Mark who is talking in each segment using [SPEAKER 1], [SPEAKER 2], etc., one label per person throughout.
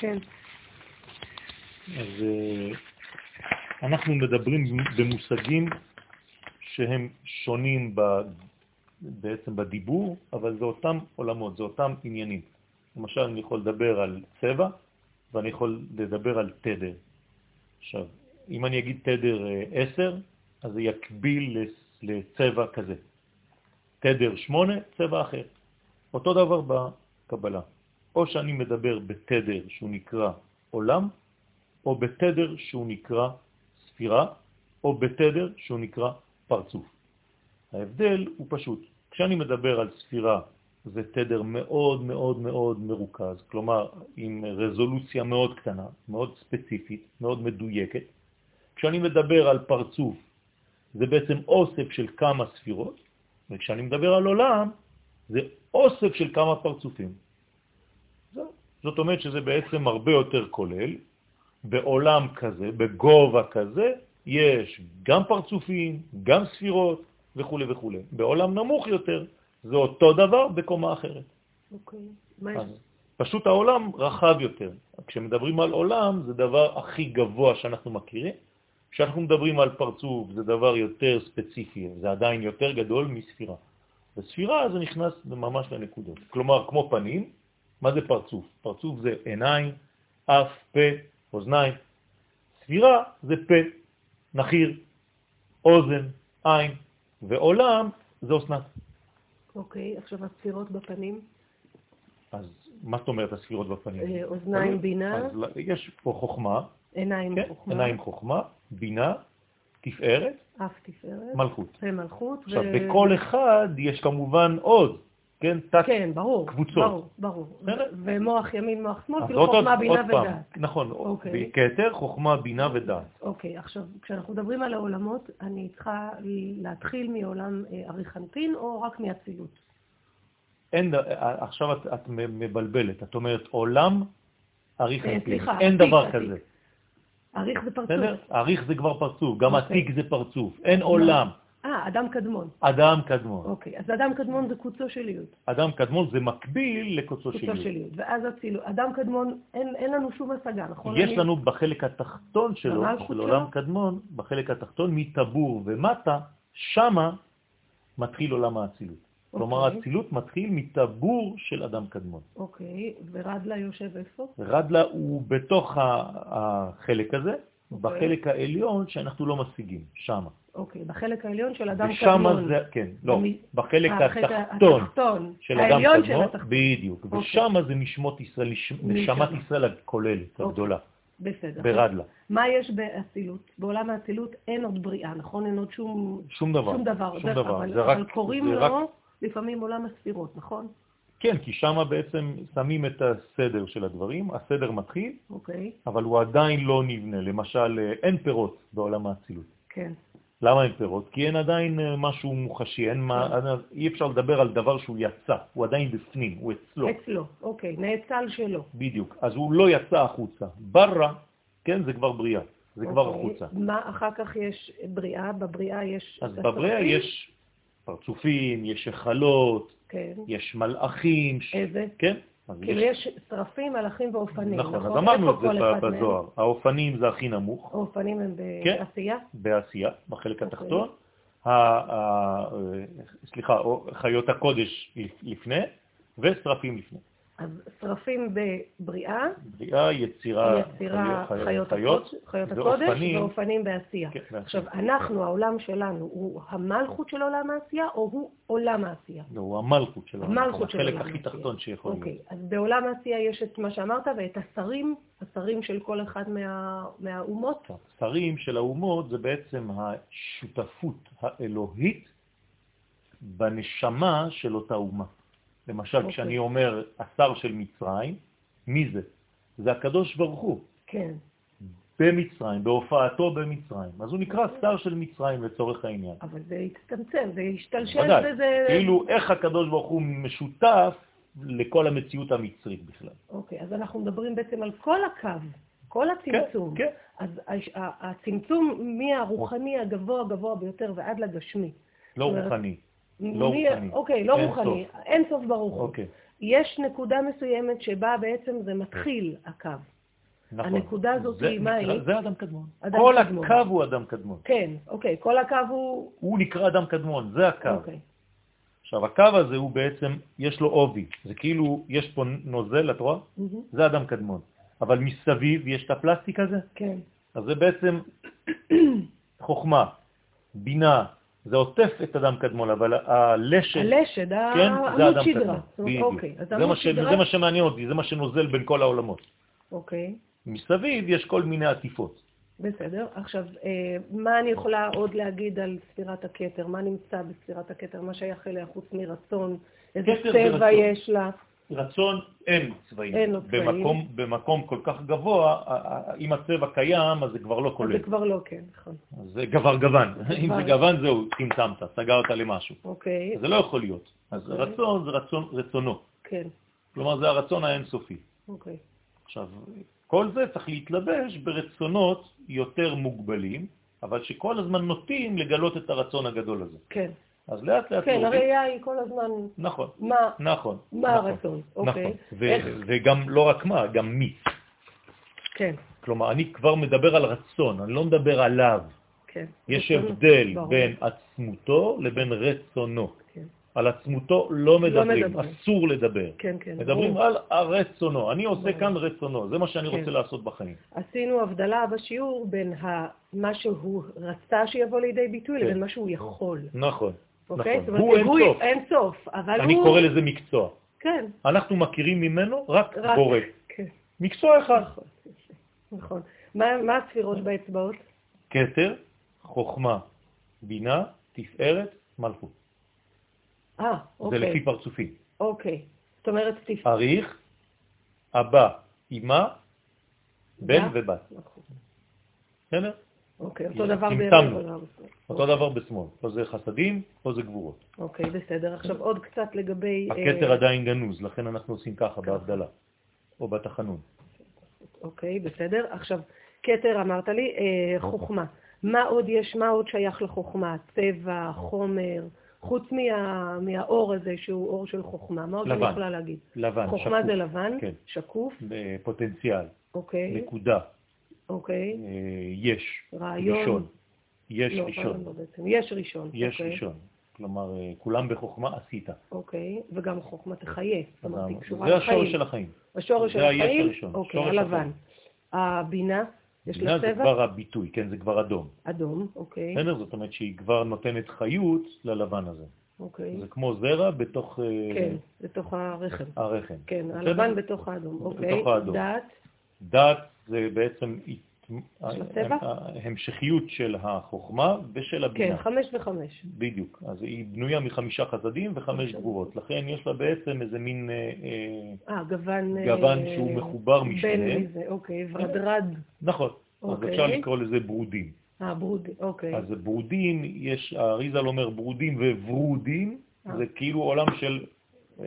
[SPEAKER 1] כן.
[SPEAKER 2] אז אה, אנחנו מדברים במושגים שהם שונים ב, בעצם בדיבור, אבל זה אותם עולמות, זה אותם עניינים. למשל, אני יכול לדבר על צבע ואני יכול לדבר על תדר. עכשיו, אם אני אגיד תדר אה, 10, אז זה יקביל לס- לצבע כזה. תדר 8, צבע אחר. אותו דבר בקבלה. או שאני מדבר בתדר שהוא נקרא עולם, או בתדר שהוא נקרא ספירה, או בתדר שהוא נקרא פרצוף. ההבדל הוא פשוט. כשאני מדבר על ספירה, זה תדר מאוד מאוד מאוד מרוכז, כלומר עם רזולוציה מאוד קטנה, מאוד ספציפית, מאוד מדויקת. כשאני מדבר על פרצוף, זה בעצם אוסף של כמה ספירות, וכשאני מדבר על עולם, זה אוסף של כמה פרצופים. זהו. זאת אומרת שזה בעצם הרבה יותר כולל. בעולם כזה, בגובה כזה, יש גם פרצופים, גם ספירות וכו' וכו'. בעולם נמוך יותר זה אותו דבר בקומה אחרת.
[SPEAKER 1] אוקיי. מה
[SPEAKER 2] אז
[SPEAKER 1] יש?
[SPEAKER 2] פשוט העולם רחב יותר. כשמדברים על עולם זה דבר הכי גבוה שאנחנו מכירים. כשאנחנו מדברים על פרצוף זה דבר יותר ספציפי, זה עדיין יותר גדול מספירה. בספירה זה נכנס ממש לנקודות. כלומר, כמו פנים, מה זה פרצוף? פרצוף זה עיניים, אף, פה, אוזניים. ספירה זה פה, נחיר, אוזן, עין, ועולם זה אוסנת.
[SPEAKER 1] אוקיי, עכשיו הספירות בפנים.
[SPEAKER 2] אז מה זאת אומרת הספירות בפנים?
[SPEAKER 1] אה, אוזניים, בינה.
[SPEAKER 2] אז ל- יש פה חוכמה,
[SPEAKER 1] עיניים
[SPEAKER 2] כן,
[SPEAKER 1] חוכמה.
[SPEAKER 2] עיניים חוכמה, בינה, תפארת,
[SPEAKER 1] אף תפארת.
[SPEAKER 2] מלכות.
[SPEAKER 1] ומלכות. ו-
[SPEAKER 2] עכשיו, בכל אחד יש כמובן עוד, כן? תת...
[SPEAKER 1] כן, ברור.
[SPEAKER 2] קבוצות.
[SPEAKER 1] ברור, ברור.
[SPEAKER 2] בסדר?
[SPEAKER 1] ו- ומוח ימין, מוח שמאל,
[SPEAKER 2] אז לא
[SPEAKER 1] כאילו
[SPEAKER 2] עוד-
[SPEAKER 1] חוכמה,
[SPEAKER 2] עוד
[SPEAKER 1] בינה
[SPEAKER 2] פעם,
[SPEAKER 1] ודעת.
[SPEAKER 2] נכון,
[SPEAKER 1] אוקיי.
[SPEAKER 2] כתר, חוכמה, בינה ודעת.
[SPEAKER 1] אוקיי, עכשיו, כשאנחנו מדברים על העולמות, אני צריכה להתחיל מעולם אה, אריכנטין או רק מאצילות?
[SPEAKER 2] אין, ד- אה, עכשיו את, את מ- מבלבלת, את אומרת עולם, אריך
[SPEAKER 1] אה,
[SPEAKER 2] עתיק.
[SPEAKER 1] סליחה,
[SPEAKER 2] אין
[SPEAKER 1] עתיק,
[SPEAKER 2] דבר
[SPEAKER 1] עתיק.
[SPEAKER 2] כזה,
[SPEAKER 1] אריך זה
[SPEAKER 2] בסדר?
[SPEAKER 1] פרצוף.
[SPEAKER 2] אריך זה כבר פרצוף, גם
[SPEAKER 1] אוקיי.
[SPEAKER 2] עתיק זה פרצוף, אין עולם,
[SPEAKER 1] אה, אדם קדמון.
[SPEAKER 2] אדם קדמון.
[SPEAKER 1] אוקיי, אז אדם קדמון זה קוצו של איות.
[SPEAKER 2] אדם קדמון זה מקביל לקוצו
[SPEAKER 1] קוצו
[SPEAKER 2] של
[SPEAKER 1] של
[SPEAKER 2] יוד.
[SPEAKER 1] איות. ואז אצילות. אדם קדמון, אין אין לנו שום השגה, נכון?
[SPEAKER 2] יש
[SPEAKER 1] אני-
[SPEAKER 2] לנו בחלק התחתון שלו,
[SPEAKER 1] במלכות
[SPEAKER 2] של
[SPEAKER 1] שלו?
[SPEAKER 2] עולם קדמון, בחלק התחתון, מטבור ומטה, שמה מתחיל עולם האצילות. כלומר,
[SPEAKER 1] אוקיי.
[SPEAKER 2] האצילות מתחיל מטבור של אדם קדמון.
[SPEAKER 1] אוקיי, ורדלה יושב איפה?
[SPEAKER 2] רדלה הוא בתוך ה- החלק הזה,
[SPEAKER 1] אוקיי.
[SPEAKER 2] בחלק העליון שאנחנו לא משיגים, שמה.
[SPEAKER 1] אוקיי, בחלק העליון של אדם
[SPEAKER 2] ושמה
[SPEAKER 1] קדמון.
[SPEAKER 2] זה, כן, לא,
[SPEAKER 1] במי-
[SPEAKER 2] בחלק
[SPEAKER 1] אה, בחלק
[SPEAKER 2] התחתון
[SPEAKER 1] התחתון.
[SPEAKER 2] של אדם
[SPEAKER 1] העליון של
[SPEAKER 2] קדמון,
[SPEAKER 1] התחתון.
[SPEAKER 2] בדיוק,
[SPEAKER 1] אוקיי.
[SPEAKER 2] ושמה זה נשמות ישראל, נש- נשמת
[SPEAKER 1] נשמה.
[SPEAKER 2] ישראל הכוללת,
[SPEAKER 1] אוקיי.
[SPEAKER 2] הגדולה,
[SPEAKER 1] בסדר.
[SPEAKER 2] ברדלה.
[SPEAKER 1] מה יש באצילות? בעולם האצילות אין עוד בריאה, נכון? אין עוד שום
[SPEAKER 2] שום דבר,
[SPEAKER 1] שום דבר.
[SPEAKER 2] שום
[SPEAKER 1] זה-
[SPEAKER 2] דבר,
[SPEAKER 1] אבל,
[SPEAKER 2] זה
[SPEAKER 1] אבל
[SPEAKER 2] רק-
[SPEAKER 1] קוראים
[SPEAKER 2] זה
[SPEAKER 1] לו
[SPEAKER 2] רק-
[SPEAKER 1] לפעמים עולם הספירות, נכון?
[SPEAKER 2] כן, כי שם בעצם שמים את הסדר של הדברים, הסדר מתחיל,
[SPEAKER 1] אוקיי,
[SPEAKER 2] אבל הוא עדיין לא נבנה. למשל, אה, אין פירות בעולם האצילות.
[SPEAKER 1] כן.
[SPEAKER 2] למה אין פירות? כי אין עדיין אה, משהו מוחשי, אין מה,
[SPEAKER 1] כן.
[SPEAKER 2] אין- אי אפשר לדבר על דבר שהוא יצא, הוא עדיין בפנים, הוא אצלו,
[SPEAKER 1] אצלו, אוקיי, נאצל שלו.
[SPEAKER 2] בדיוק. אז הוא לא יצא החוצה. ברה, כן, זה כבר בריאה, זה כבר
[SPEAKER 1] אוקיי.
[SPEAKER 2] החוצה.
[SPEAKER 1] מה אחר כך יש בריאה? בבריאה יש...
[SPEAKER 2] אז
[SPEAKER 1] את
[SPEAKER 2] בבריאה
[SPEAKER 1] הסופים?
[SPEAKER 2] יש פרצופים, יש היכלות,
[SPEAKER 1] כן.
[SPEAKER 2] יש מלאכים, ש-
[SPEAKER 1] איזה?
[SPEAKER 2] כן? אז
[SPEAKER 1] כאילו
[SPEAKER 2] יש-
[SPEAKER 1] יש שרפים, מלאכים ואופנים, נכון?
[SPEAKER 2] נכון, אז אמרנו
[SPEAKER 1] איפה
[SPEAKER 2] את זה
[SPEAKER 1] כל אחד
[SPEAKER 2] ב-
[SPEAKER 1] מהם?
[SPEAKER 2] בזוהר. האופנים זה הכי נמוך,
[SPEAKER 1] האופנים הם
[SPEAKER 2] כן.
[SPEAKER 1] בעשייה?
[SPEAKER 2] בעשייה, בחלק
[SPEAKER 1] אוקיי.
[SPEAKER 2] התחתון. ה- ה- אה, סליחה, או- חיות הקודש לפ- לפני, ושרפים לפני.
[SPEAKER 1] אז שרפים בבריאה,
[SPEAKER 2] בריאה, יצירה,
[SPEAKER 1] יצירה,
[SPEAKER 2] אה, חיות-
[SPEAKER 1] חיות
[SPEAKER 2] חיות,
[SPEAKER 1] הקודש, חיות
[SPEAKER 2] ואופנים.
[SPEAKER 1] הקודש ואופנים בעשייה.
[SPEAKER 2] כן, בעשייה.
[SPEAKER 1] עכשיו, אנחנו, העולם שלנו, הוא המלכות של עולם העשייה, או הוא עולם העשייה?
[SPEAKER 2] לא, הוא המלכות שלנו.
[SPEAKER 1] המלכות של
[SPEAKER 2] החלק
[SPEAKER 1] עולם
[SPEAKER 2] הכי
[SPEAKER 1] העשייה.
[SPEAKER 2] תחתון שיכול
[SPEAKER 1] אוקיי,
[SPEAKER 2] להיות.
[SPEAKER 1] אז בעולם העשייה יש את מה שאמרת, ואת השרים, השרים של כל אחד מה- מהאומות.
[SPEAKER 2] השרים של האומות זה בעצם השותפות האלוהית בנשמה של אותה אומה. למשל,
[SPEAKER 1] אוקיי.
[SPEAKER 2] כשאני אומר השר של מצרים, מי זה? זה הקדוש ברוך הוא.
[SPEAKER 1] כן,
[SPEAKER 2] במצרים, בהופעתו במצרים. אז הוא נקרא
[SPEAKER 1] אוקיי.
[SPEAKER 2] שר של מצרים לצורך העניין.
[SPEAKER 1] אבל זה הצטמצם, זה השתלשל
[SPEAKER 2] בוודאי.
[SPEAKER 1] וזה...
[SPEAKER 2] כאילו איך הקדוש ברוך הוא משותף לכל המציאות המצרית בכלל.
[SPEAKER 1] אוקיי, אז אנחנו מדברים בעצם על כל הקו, כל הצמצום.
[SPEAKER 2] כן.
[SPEAKER 1] אז הש- ה- הצמצום מהרוחני הגבוה הגבוה ביותר ועד לגשמי.
[SPEAKER 2] לא
[SPEAKER 1] אומרת,
[SPEAKER 2] רוחני.
[SPEAKER 1] מ-
[SPEAKER 2] לא
[SPEAKER 1] מי-
[SPEAKER 2] רוחני.
[SPEAKER 1] אוקיי, לא
[SPEAKER 2] אין
[SPEAKER 1] רוחני, אין סוף ברוך הוא.
[SPEAKER 2] אוקיי.
[SPEAKER 1] יש נקודה מסוימת שבה בעצם זה מתחיל הקו.
[SPEAKER 2] נכון.
[SPEAKER 1] הנקודה הזאת
[SPEAKER 2] זה
[SPEAKER 1] היא, מה
[SPEAKER 2] נקרא-
[SPEAKER 1] היא?
[SPEAKER 2] זה אדם קדמון.
[SPEAKER 1] אדם
[SPEAKER 2] כל
[SPEAKER 1] קדמון.
[SPEAKER 2] הקו הוא אדם קדמון.
[SPEAKER 1] כן, אוקיי, כל הקו הוא...
[SPEAKER 2] הוא נקרא אדם קדמון, זה הקו.
[SPEAKER 1] אוקיי.
[SPEAKER 2] עכשיו, הקו הזה הוא בעצם, יש לו עובי. זה כאילו, יש פה נוזל, את רואה?
[SPEAKER 1] מהמם.
[SPEAKER 2] זה אדם קדמון. אבל מסביב יש את הפלסטיק הזה,
[SPEAKER 1] כן,
[SPEAKER 2] אז זה בעצם חוכמה, בינה, זה עוטף את אדם קדמון, אבל הלשת,
[SPEAKER 1] הלשד,
[SPEAKER 2] כן, זה
[SPEAKER 1] העמוד
[SPEAKER 2] אדם
[SPEAKER 1] אה, שדרה.
[SPEAKER 2] קדמון.
[SPEAKER 1] זאת אומרת, אוקיי, אז
[SPEAKER 2] זה, מה
[SPEAKER 1] עמוד
[SPEAKER 2] ש-
[SPEAKER 1] שדרה,
[SPEAKER 2] זה מה שמעניין אותי, זה מה שנוזל בין כל העולמות.
[SPEAKER 1] אוקיי,
[SPEAKER 2] מסביב יש כל מיני עטיפות.
[SPEAKER 1] בסדר. עכשיו, אה, מה אני יכולה עוד להגיד על ספירת הכתר? מה נמצא בספירת הכתר? מה שייך אליה חוץ מרצון? איזה
[SPEAKER 2] כתר זה
[SPEAKER 1] צבע
[SPEAKER 2] רצון.
[SPEAKER 1] יש לה?
[SPEAKER 2] רצון אין לו צבעים.
[SPEAKER 1] אין לו צבעים.
[SPEAKER 2] במקום, במקום כל כך גבוה, ה- ה- אם הצבע קיים, אז זה כבר לא
[SPEAKER 1] אז
[SPEAKER 2] כולל.
[SPEAKER 1] זה כבר לא כן, נכון.
[SPEAKER 2] אז זה גבר גוון. אם זה
[SPEAKER 1] גבר.
[SPEAKER 2] גוון, זהו, צמצמת, סגרת למשהו.
[SPEAKER 1] אוקיי,
[SPEAKER 2] זה לא יכול להיות. אז
[SPEAKER 1] אוקיי.
[SPEAKER 2] רצון זה רצון, רצונו.
[SPEAKER 1] כן,
[SPEAKER 2] כלומר, זה הרצון האינסופי.
[SPEAKER 1] אוקיי.
[SPEAKER 2] עכשיו, כל זה צריך להתלבש ברצונות יותר מוגבלים, אבל שכל הזמן נוטים לגלות את הרצון הגדול הזה.
[SPEAKER 1] כן,
[SPEAKER 2] אז לאט לאט...
[SPEAKER 1] כן,
[SPEAKER 2] להוריד-
[SPEAKER 1] הראייה היא כל הזמן
[SPEAKER 2] נכון,
[SPEAKER 1] מה
[SPEAKER 2] נכון.
[SPEAKER 1] מה
[SPEAKER 2] נכון,
[SPEAKER 1] הרצון,
[SPEAKER 2] נכון.
[SPEAKER 1] אוקיי.
[SPEAKER 2] ו-
[SPEAKER 1] איך-
[SPEAKER 2] וגם לא רק מה, גם מי.
[SPEAKER 1] כן,
[SPEAKER 2] כלומר, אני כבר מדבר על רצון, אני לא מדבר עליו.
[SPEAKER 1] כן.
[SPEAKER 2] יש
[SPEAKER 1] רצון,
[SPEAKER 2] הבדל
[SPEAKER 1] ברור,
[SPEAKER 2] בין עצמותו לבין רצונו.
[SPEAKER 1] כן,
[SPEAKER 2] על עצמותו לא מדברים,
[SPEAKER 1] מדברים.
[SPEAKER 2] אסור לדבר.
[SPEAKER 1] כן, כן.
[SPEAKER 2] מדברים
[SPEAKER 1] ברור.
[SPEAKER 2] על הרצונו. אני עושה
[SPEAKER 1] ברור.
[SPEAKER 2] כאן רצונו, זה מה שאני
[SPEAKER 1] כן.
[SPEAKER 2] רוצה לעשות בחיים.
[SPEAKER 1] עשינו הבדלה בשיעור בין ה- מה שהוא רצה שיבוא לידי ביטוי
[SPEAKER 2] כן.
[SPEAKER 1] לבין מה שהוא יכול.
[SPEAKER 2] נכון,
[SPEAKER 1] אוקיי?
[SPEAKER 2] נכון.
[SPEAKER 1] זאת אומרת,
[SPEAKER 2] הוא אין
[SPEAKER 1] היגוי-
[SPEAKER 2] סוף.
[SPEAKER 1] אין סוף, אבל
[SPEAKER 2] אני
[SPEAKER 1] הוא...
[SPEAKER 2] קורא לזה מקצוע.
[SPEAKER 1] כן,
[SPEAKER 2] אנחנו מכירים ממנו רק
[SPEAKER 1] רק...
[SPEAKER 2] בורא.
[SPEAKER 1] כן,
[SPEAKER 2] מקצוע אחד.
[SPEAKER 1] נכון. נכון. מה מה הספירות באצבעות?
[SPEAKER 2] כתר, חוכמה, בינה, תפארת, מלכות.
[SPEAKER 1] אה,
[SPEAKER 2] זה לפי
[SPEAKER 1] אוקיי.
[SPEAKER 2] פרצופים.
[SPEAKER 1] אוקיי. זאת אומרת, תפ...
[SPEAKER 2] אריך, אבא, אמא, בן
[SPEAKER 1] בת.
[SPEAKER 2] ובת.
[SPEAKER 1] נכון.
[SPEAKER 2] בסדר?
[SPEAKER 1] אוקיי, אותו דבר
[SPEAKER 2] צמצמנו.
[SPEAKER 1] בערב הרב.
[SPEAKER 2] אותו דבר בשמאל. פה זה חסדים, פה זה גבורות.
[SPEAKER 1] אוקיי, בסדר. עכשיו עוד קצת לגבי... אה,
[SPEAKER 2] הכתר עדיין גנוז, לכן אנחנו עושים ככה
[SPEAKER 1] ככה.
[SPEAKER 2] בהבדלה, או בתחנון.
[SPEAKER 1] אוקיי, בסדר. עכשיו, כתר אמרת לי, אה, חוכמה. מה עוד יש, מה עוד שייך לחוכמה? צבע, חומר, חוץ מה, מהאור הזה שהוא אור של חוכמה, מה עוד אני
[SPEAKER 2] לבן.
[SPEAKER 1] יכולה להגיד?
[SPEAKER 2] לבן,
[SPEAKER 1] חוכמה זה
[SPEAKER 2] שקוף,
[SPEAKER 1] לבן,
[SPEAKER 2] כן.
[SPEAKER 1] שקוף,
[SPEAKER 2] אה, פוטנציאל,
[SPEAKER 1] אוקיי,
[SPEAKER 2] נקודה,
[SPEAKER 1] אוקיי,
[SPEAKER 2] אה, יש,
[SPEAKER 1] רעיון.
[SPEAKER 2] ראשון. יש
[SPEAKER 1] לא, רעיון
[SPEAKER 2] ראשון.
[SPEAKER 1] לא בעצם. יש ראשון.
[SPEAKER 2] יש
[SPEAKER 1] אוקיי,
[SPEAKER 2] ראשון. כלומר, אה, כולם בחוכמה עשית.
[SPEAKER 1] אוקיי, וגם חוכמה תחיה. זאת אומרת, היא
[SPEAKER 2] אז
[SPEAKER 1] קשורה
[SPEAKER 2] זה
[SPEAKER 1] לחיים.
[SPEAKER 2] השורש של החיים.
[SPEAKER 1] השורש של
[SPEAKER 2] זה היש
[SPEAKER 1] החיים,
[SPEAKER 2] הראשון,
[SPEAKER 1] אוקיי,
[SPEAKER 2] שורש
[SPEAKER 1] הלבן.
[SPEAKER 2] החיים.
[SPEAKER 1] הבינה, יש לה
[SPEAKER 2] בינה זה
[SPEAKER 1] צבע אה.
[SPEAKER 2] כבר הביטוי, כן, זה כבר אדום.
[SPEAKER 1] אדום, אוקיי,
[SPEAKER 2] בסדר? זאת אומרת שהיא כבר נותנת חיות ללבן הזה.
[SPEAKER 1] אוקיי,
[SPEAKER 2] זה כמו זרע בתוך אה,
[SPEAKER 1] כן, לתוך הרחם.
[SPEAKER 2] הרחם.
[SPEAKER 1] כן,
[SPEAKER 2] בסדר?
[SPEAKER 1] הלבן בתוך האדום, אוקיי.
[SPEAKER 2] בתוך האדום.
[SPEAKER 1] דת,
[SPEAKER 2] דת זה בעצם הת-
[SPEAKER 1] של הטבע?
[SPEAKER 2] ההמשכיות של החוכמה ושל
[SPEAKER 1] כן,
[SPEAKER 2] הבינה.
[SPEAKER 1] חמש וחמש.
[SPEAKER 2] בדיוק. אז היא בנויה מחמישה חסדים וחמש
[SPEAKER 1] חמישה.
[SPEAKER 2] גבורות. לכן יש לה בעצם איזה מין אה, אה,
[SPEAKER 1] אה, גוון... אה,
[SPEAKER 2] גוון שהוא מחובר
[SPEAKER 1] בין
[SPEAKER 2] משניהם.
[SPEAKER 1] מזה, אוקיי, ורדרד,
[SPEAKER 2] נכון. אז
[SPEAKER 1] אוקיי.
[SPEAKER 2] אפשר לקרוא לזה ברודים.
[SPEAKER 1] אה, ברוד, אוקיי.
[SPEAKER 2] אז ברודים, יש, האריזל אומר ברודים וורודים,
[SPEAKER 1] אה.
[SPEAKER 2] זה כאילו עולם של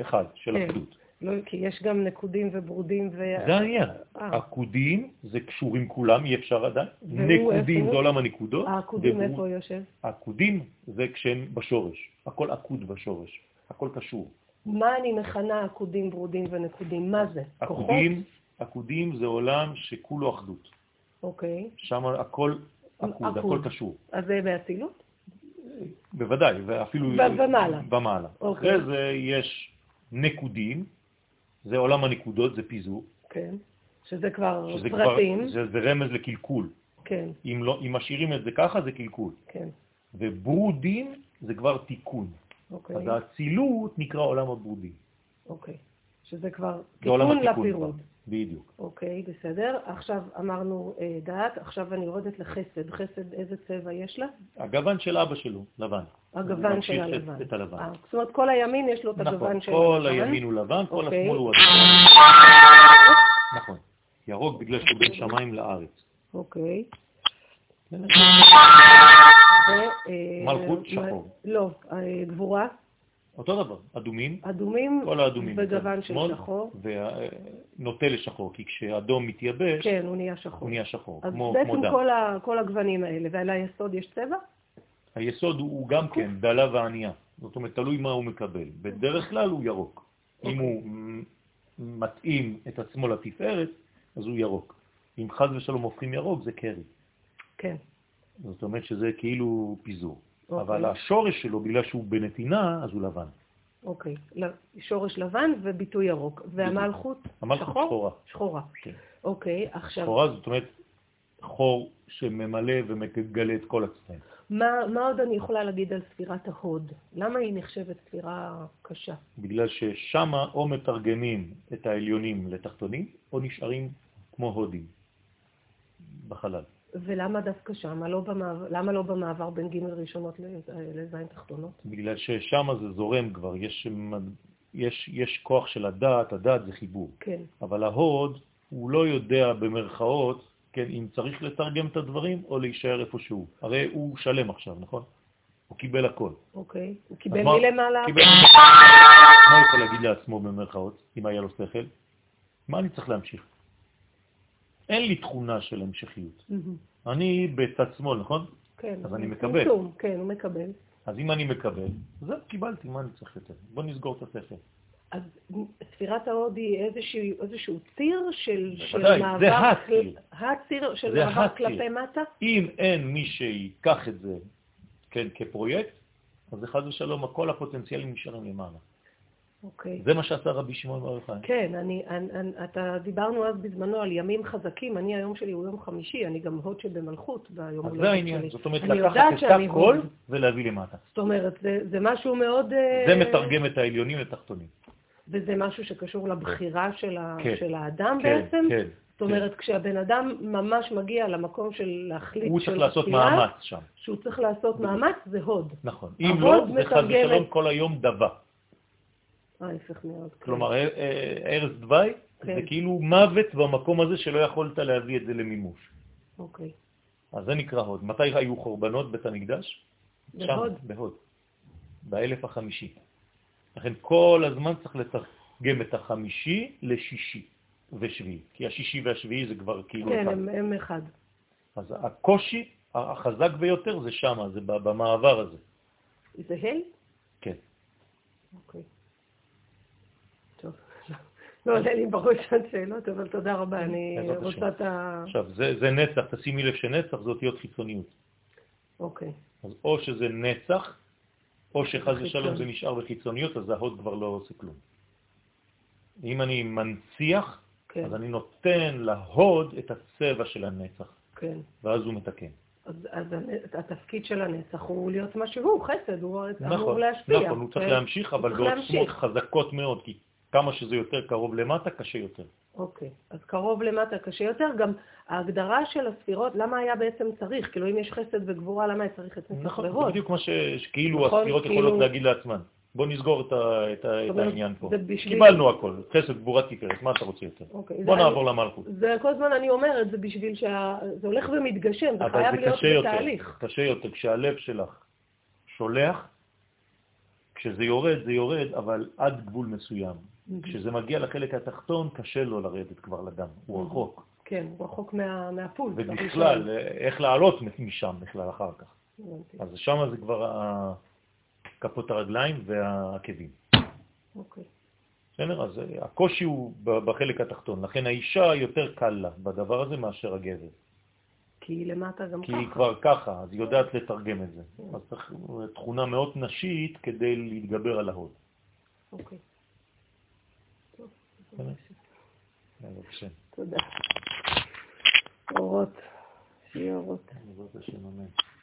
[SPEAKER 2] אחד, של
[SPEAKER 1] כן.
[SPEAKER 2] אחדות.
[SPEAKER 1] לא, כי יש גם נקודים וברודים ו...
[SPEAKER 2] זה העניין.
[SPEAKER 1] אה.
[SPEAKER 2] עקודים זה קשורים כולם, אי אפשר עדיין.
[SPEAKER 1] והוא
[SPEAKER 2] נקודים
[SPEAKER 1] איפה?
[SPEAKER 2] זה עולם הנקודות.
[SPEAKER 1] העקודים
[SPEAKER 2] וברוד-
[SPEAKER 1] איפה יושב?
[SPEAKER 2] עקודים זה כשהם בשורש. הכל עקוד בשורש, הכל קשור.
[SPEAKER 1] מה אני מכנה עקודים, ברודים ונקודים? מה זה? כוחות?
[SPEAKER 2] עקודים, עקודים זה עולם שכולו אחדות.
[SPEAKER 1] אוקיי.
[SPEAKER 2] שם הכל עקוד, הכל
[SPEAKER 1] עקוד.
[SPEAKER 2] קשור.
[SPEAKER 1] אז אה, זה באצילות?
[SPEAKER 2] בוודאי, ואפילו...
[SPEAKER 1] ב- במעלה.
[SPEAKER 2] במעלה.
[SPEAKER 1] אוקיי.
[SPEAKER 2] אחרי זה יש נקודים, זה עולם הנקודות, זה פיזור.
[SPEAKER 1] כן. שזה כבר
[SPEAKER 2] שזה כבר-
[SPEAKER 1] פרטים.
[SPEAKER 2] זה, זה רמז לקלקול.
[SPEAKER 1] כן,
[SPEAKER 2] אם, לא, אם משאירים את זה ככה, זה קלקול.
[SPEAKER 1] כן.
[SPEAKER 2] וברודים זה כבר תיקון.
[SPEAKER 1] אוקיי.
[SPEAKER 2] אז האצילות נקרא עולם הברודים.
[SPEAKER 1] אוקיי. שזה כבר
[SPEAKER 2] זה לא עולם
[SPEAKER 1] תיקון
[SPEAKER 2] התיקון
[SPEAKER 1] לפירוד.
[SPEAKER 2] כבר. בדיוק.
[SPEAKER 1] אוקיי, בסדר. עכשיו אמרנו אה, דעת, עכשיו אני יורדת לחסד. חסד, איזה צבע יש לה?
[SPEAKER 2] הגוון של אבא שלו, לבן.
[SPEAKER 1] הגוון של
[SPEAKER 2] ממשיך את-
[SPEAKER 1] הלבן.
[SPEAKER 2] את הלבן.
[SPEAKER 1] אה, זאת אומרת, כל הימין יש לו את
[SPEAKER 2] נכון,
[SPEAKER 1] הגוון של
[SPEAKER 2] כל
[SPEAKER 1] הלבן.
[SPEAKER 2] הימין הוא לבן, כל
[SPEAKER 1] אוקיי.
[SPEAKER 2] השמאל הוא אדום. נכון. ירוק בגלל שהוא בין שמיים לארץ.
[SPEAKER 1] אוקיי.
[SPEAKER 2] בסדר?
[SPEAKER 1] ו, אה,
[SPEAKER 2] אה! מלכות
[SPEAKER 1] מ-
[SPEAKER 2] שחור.
[SPEAKER 1] לא, אה, גבורה.
[SPEAKER 2] אותו דבר, אדומים,
[SPEAKER 1] אדומים.
[SPEAKER 2] כל האדומים.
[SPEAKER 1] בגוון של
[SPEAKER 2] שמאל,
[SPEAKER 1] שחור.
[SPEAKER 2] ונוטה לשחור, כי כשאדום מתייבש,
[SPEAKER 1] כן, הוא נהיה שחור.
[SPEAKER 2] הוא נהיה שחור,
[SPEAKER 1] אז
[SPEAKER 2] כמו כמו
[SPEAKER 1] בעצם
[SPEAKER 2] דם.
[SPEAKER 1] כל ה- כל הגוונים האלה, ועל היסוד יש צבע?
[SPEAKER 2] היסוד הוא גם
[SPEAKER 1] שקוף.
[SPEAKER 2] כן דלה וענייה. זאת אומרת, תלוי מה הוא מקבל. בדרך כלל הוא ירוק.
[SPEAKER 1] אוקיי.
[SPEAKER 2] אם הוא מתאים את עצמו לתפארת, אז הוא ירוק. אם חז ושלום הופכים ירוק, זה קרי.
[SPEAKER 1] כן.
[SPEAKER 2] זאת אומרת שזה כאילו פיזור.
[SPEAKER 1] אוקיי.
[SPEAKER 2] אבל השורש שלו, בגלל שהוא בנתינה, אז הוא לבן.
[SPEAKER 1] אוקיי, ל- שורש לבן וביטוי ירוק. והמלכות?
[SPEAKER 2] המלכות
[SPEAKER 1] שחור?
[SPEAKER 2] שחורה.
[SPEAKER 1] שחורה.
[SPEAKER 2] כן.
[SPEAKER 1] אוקיי, עכשיו,
[SPEAKER 2] שחורה זאת אומרת חור שממלא ומגלה את כל הצבעים.
[SPEAKER 1] מה, מה עוד אני יכולה להגיד על ספירת ההוד? למה היא נחשבת ספירה קשה?
[SPEAKER 2] בגלל ששמה או מתרגמים את העליונים לתחתונים, או נשארים כמו הודים בחלל.
[SPEAKER 1] ולמה דווקא שם? לא במעבר, למה לא במעבר בין ג' ראשונות ל- לז' תחתונות?
[SPEAKER 2] בגלל ששם זה זורם כבר, יש, יש, יש כוח של הדעת, הדעת זה חיבור.
[SPEAKER 1] כן,
[SPEAKER 2] אבל ההוד, הוא לא יודע במרכאות, כן, אם צריך לתרגם את הדברים או להישאר איפה שהוא. הרי הוא שלם עכשיו, נכון? הוא קיבל הכל.
[SPEAKER 1] אוקיי. הוא
[SPEAKER 2] אז
[SPEAKER 1] קיבל
[SPEAKER 2] מה-
[SPEAKER 1] מלמעלה?
[SPEAKER 2] קיבל- מה הוא יכול להגיד לעצמו במרכאות, אם היה לו שכל? מה אני צריך להמשיך? אין לי תכונה של המשכיות.
[SPEAKER 1] מהמם.
[SPEAKER 2] אני בצד שמאל, נכון?
[SPEAKER 1] כן.
[SPEAKER 2] אז אני
[SPEAKER 1] הוא
[SPEAKER 2] מקבל.
[SPEAKER 1] צמצום, כן, הוא מקבל.
[SPEAKER 2] אז אם אני מקבל, זהו, קיבלתי, מה אני צריך יותר? בוא נסגור את השכל.
[SPEAKER 1] אז ספירת ההוד היא איזשהו, איזשהו ציר של, של
[SPEAKER 2] בוודאי, זה
[SPEAKER 1] מעבר...
[SPEAKER 2] הציר.
[SPEAKER 1] כל- הציר של
[SPEAKER 2] זה
[SPEAKER 1] מעבר
[SPEAKER 2] הציר.
[SPEAKER 1] כלפי מטה?
[SPEAKER 2] אם אין מי שייקח את זה, כן, כפרויקט, אז זה חד ושלום, כל הפוטנציאלים נשארים למעלה.
[SPEAKER 1] אוקיי.
[SPEAKER 2] זה מה שעשה רבי שמעון בר יוחאי.
[SPEAKER 1] כן, אני, אני, אני, אתה, דיברנו אז בזמנו על ימים חזקים, אני היום שלי הוא יום חמישי, אני גם הוד שבמלכות ביום הולדת
[SPEAKER 2] אז זה
[SPEAKER 1] שלי.
[SPEAKER 2] העניין, זאת אומרת
[SPEAKER 1] אני
[SPEAKER 2] לקחת
[SPEAKER 1] לא יודעת
[SPEAKER 2] את
[SPEAKER 1] שאני
[SPEAKER 2] הכל
[SPEAKER 1] הוד.
[SPEAKER 2] ולהביא למטה.
[SPEAKER 1] זאת אומרת, זה, זה משהו מאוד... אה, כן,
[SPEAKER 2] זה מתרגם את העליונים לתחתונים.
[SPEAKER 1] וזה משהו שקשור לבחירה של, ה,
[SPEAKER 2] כן.
[SPEAKER 1] של האדם
[SPEAKER 2] כן,
[SPEAKER 1] בעצם?
[SPEAKER 2] כן.
[SPEAKER 1] זאת אומרת, כשהבן אדם ממש מגיע למקום של להחליט
[SPEAKER 2] הוא
[SPEAKER 1] של
[SPEAKER 2] צריך לעשות
[SPEAKER 1] הבחירה,
[SPEAKER 2] מאמץ שם.
[SPEAKER 1] שהוא צריך לעשות מאמץ, זה הוד.
[SPEAKER 2] נכון. אם
[SPEAKER 1] ההוד
[SPEAKER 2] לא, זה חד
[SPEAKER 1] מתרגמת-
[SPEAKER 2] ושלום כל היום דבה.
[SPEAKER 1] ההפך מאוד. כן.
[SPEAKER 2] כלומר, אה, אה, ערש דווי זה
[SPEAKER 1] כן.
[SPEAKER 2] כאילו מוות במקום הזה שלא יכולת להביא את זה למימוש.
[SPEAKER 1] אוקיי.
[SPEAKER 2] אז זה נקרא הוד. מתי היו חורבנות בית המקדש? שם,
[SPEAKER 1] בהוד.
[SPEAKER 2] בהוד. באלף החמישי. לכן כל הזמן צריך לתרגם את החמישי לשישי ושביעי. כי השישי והשביעי זה כבר כאילו
[SPEAKER 1] כן,
[SPEAKER 2] אחד.
[SPEAKER 1] הם, הם אחד.
[SPEAKER 2] אז הקושי החזק ביותר זה שם, זה ב- במעבר הזה.
[SPEAKER 1] זה ה'?
[SPEAKER 2] כן.
[SPEAKER 1] אוקיי. טוב. לא עולה לי בראש עוד שאלות, אבל תודה רבה, אני
[SPEAKER 2] בעזרת השם.
[SPEAKER 1] רוצה את ה...
[SPEAKER 2] עכשיו, זה, זה נצח, תשימי לב שנצח זה אותיות חיצוניות.
[SPEAKER 1] אוקיי.
[SPEAKER 2] אז או שזה נצח, או שחז
[SPEAKER 1] חיצון.
[SPEAKER 2] ושלום זה נשאר בחיצוניות, אז ההוד כבר לא עושה כלום. אם אני מנציח,
[SPEAKER 1] כן.
[SPEAKER 2] אז אני נותן להוד את הצבע של הנצח,
[SPEAKER 1] כן.
[SPEAKER 2] ואז הוא מתקן.
[SPEAKER 1] אז, אז הנ- התפקיד של הנצח הוא להיות מה שהוא, חסד, הוא אמור
[SPEAKER 2] נכון,
[SPEAKER 1] להשפיע.
[SPEAKER 2] נכון, הוא צריך
[SPEAKER 1] כן.
[SPEAKER 2] להמשיך, אבל
[SPEAKER 1] צריך
[SPEAKER 2] בעוצמות
[SPEAKER 1] להמשיך.
[SPEAKER 2] חזקות מאוד, כי כמה שזה יותר קרוב למטה, קשה יותר.
[SPEAKER 1] אוקיי, אז קרוב למטה קשה יותר. גם ההגדרה של הספירות, למה היה בעצם צריך? כאילו, אם יש חסד וגבורה, למה היה צריך את נצח
[SPEAKER 2] נכון,
[SPEAKER 1] והוד?
[SPEAKER 2] זה בדיוק מה ש- שכאילו
[SPEAKER 1] נכון,
[SPEAKER 2] הספירות
[SPEAKER 1] כאילו-
[SPEAKER 2] יכולות להגיד לעצמן. בוא נסגור את ה- את ה-
[SPEAKER 1] זאת
[SPEAKER 2] את
[SPEAKER 1] אומרת,
[SPEAKER 2] העניין פה.
[SPEAKER 1] זה בשביל-
[SPEAKER 2] קיבלנו הכל, חסד, גבורה, תפארת, מה אתה רוצה יותר?
[SPEAKER 1] אוקיי,
[SPEAKER 2] בוא
[SPEAKER 1] זה-
[SPEAKER 2] נעבור למלכות.
[SPEAKER 1] זה כל הזמן אני אומרת, זה בשביל שה... זה הולך ומתגשם, זה
[SPEAKER 2] אבל
[SPEAKER 1] חייב
[SPEAKER 2] זה
[SPEAKER 1] להיות
[SPEAKER 2] קשה יותר,
[SPEAKER 1] בתהליך.
[SPEAKER 2] קשה יותר. כשהלב שלך שולח, כשזה יורד, זה יורד, אבל עד גבול מסוים.
[SPEAKER 1] מהמם.
[SPEAKER 2] כשזה מגיע לחלק התחתון, קשה לו לרדת כבר לדם, הוא
[SPEAKER 1] מהמם.
[SPEAKER 2] רחוק.
[SPEAKER 1] כן, הוא רחוק מה, מהפול.
[SPEAKER 2] ובכלל, איך לעלות משם בכלל אחר כך. אז שם זה כבר ה- כפות הרגליים והעקבים.
[SPEAKER 1] אוקיי.
[SPEAKER 2] בסדר? אז אה, הקושי הוא ב- בחלק התחתון, לכן האישה יותר קל לה בדבר הזה מאשר הגבר.
[SPEAKER 1] כי היא למטה גם
[SPEAKER 2] כי היא
[SPEAKER 1] ככה.
[SPEAKER 2] כבר ככה, אז היא יודעת לתרגם את זה. אז צריך אה, תכונה מאוד נשית כדי להתגבר על ההוד.
[SPEAKER 1] אוקיי. טוב,
[SPEAKER 2] בסדר? בעזרת השם.
[SPEAKER 1] תודה. אורות. שיהיה אורות.
[SPEAKER 2] בעזרת השם, אמן.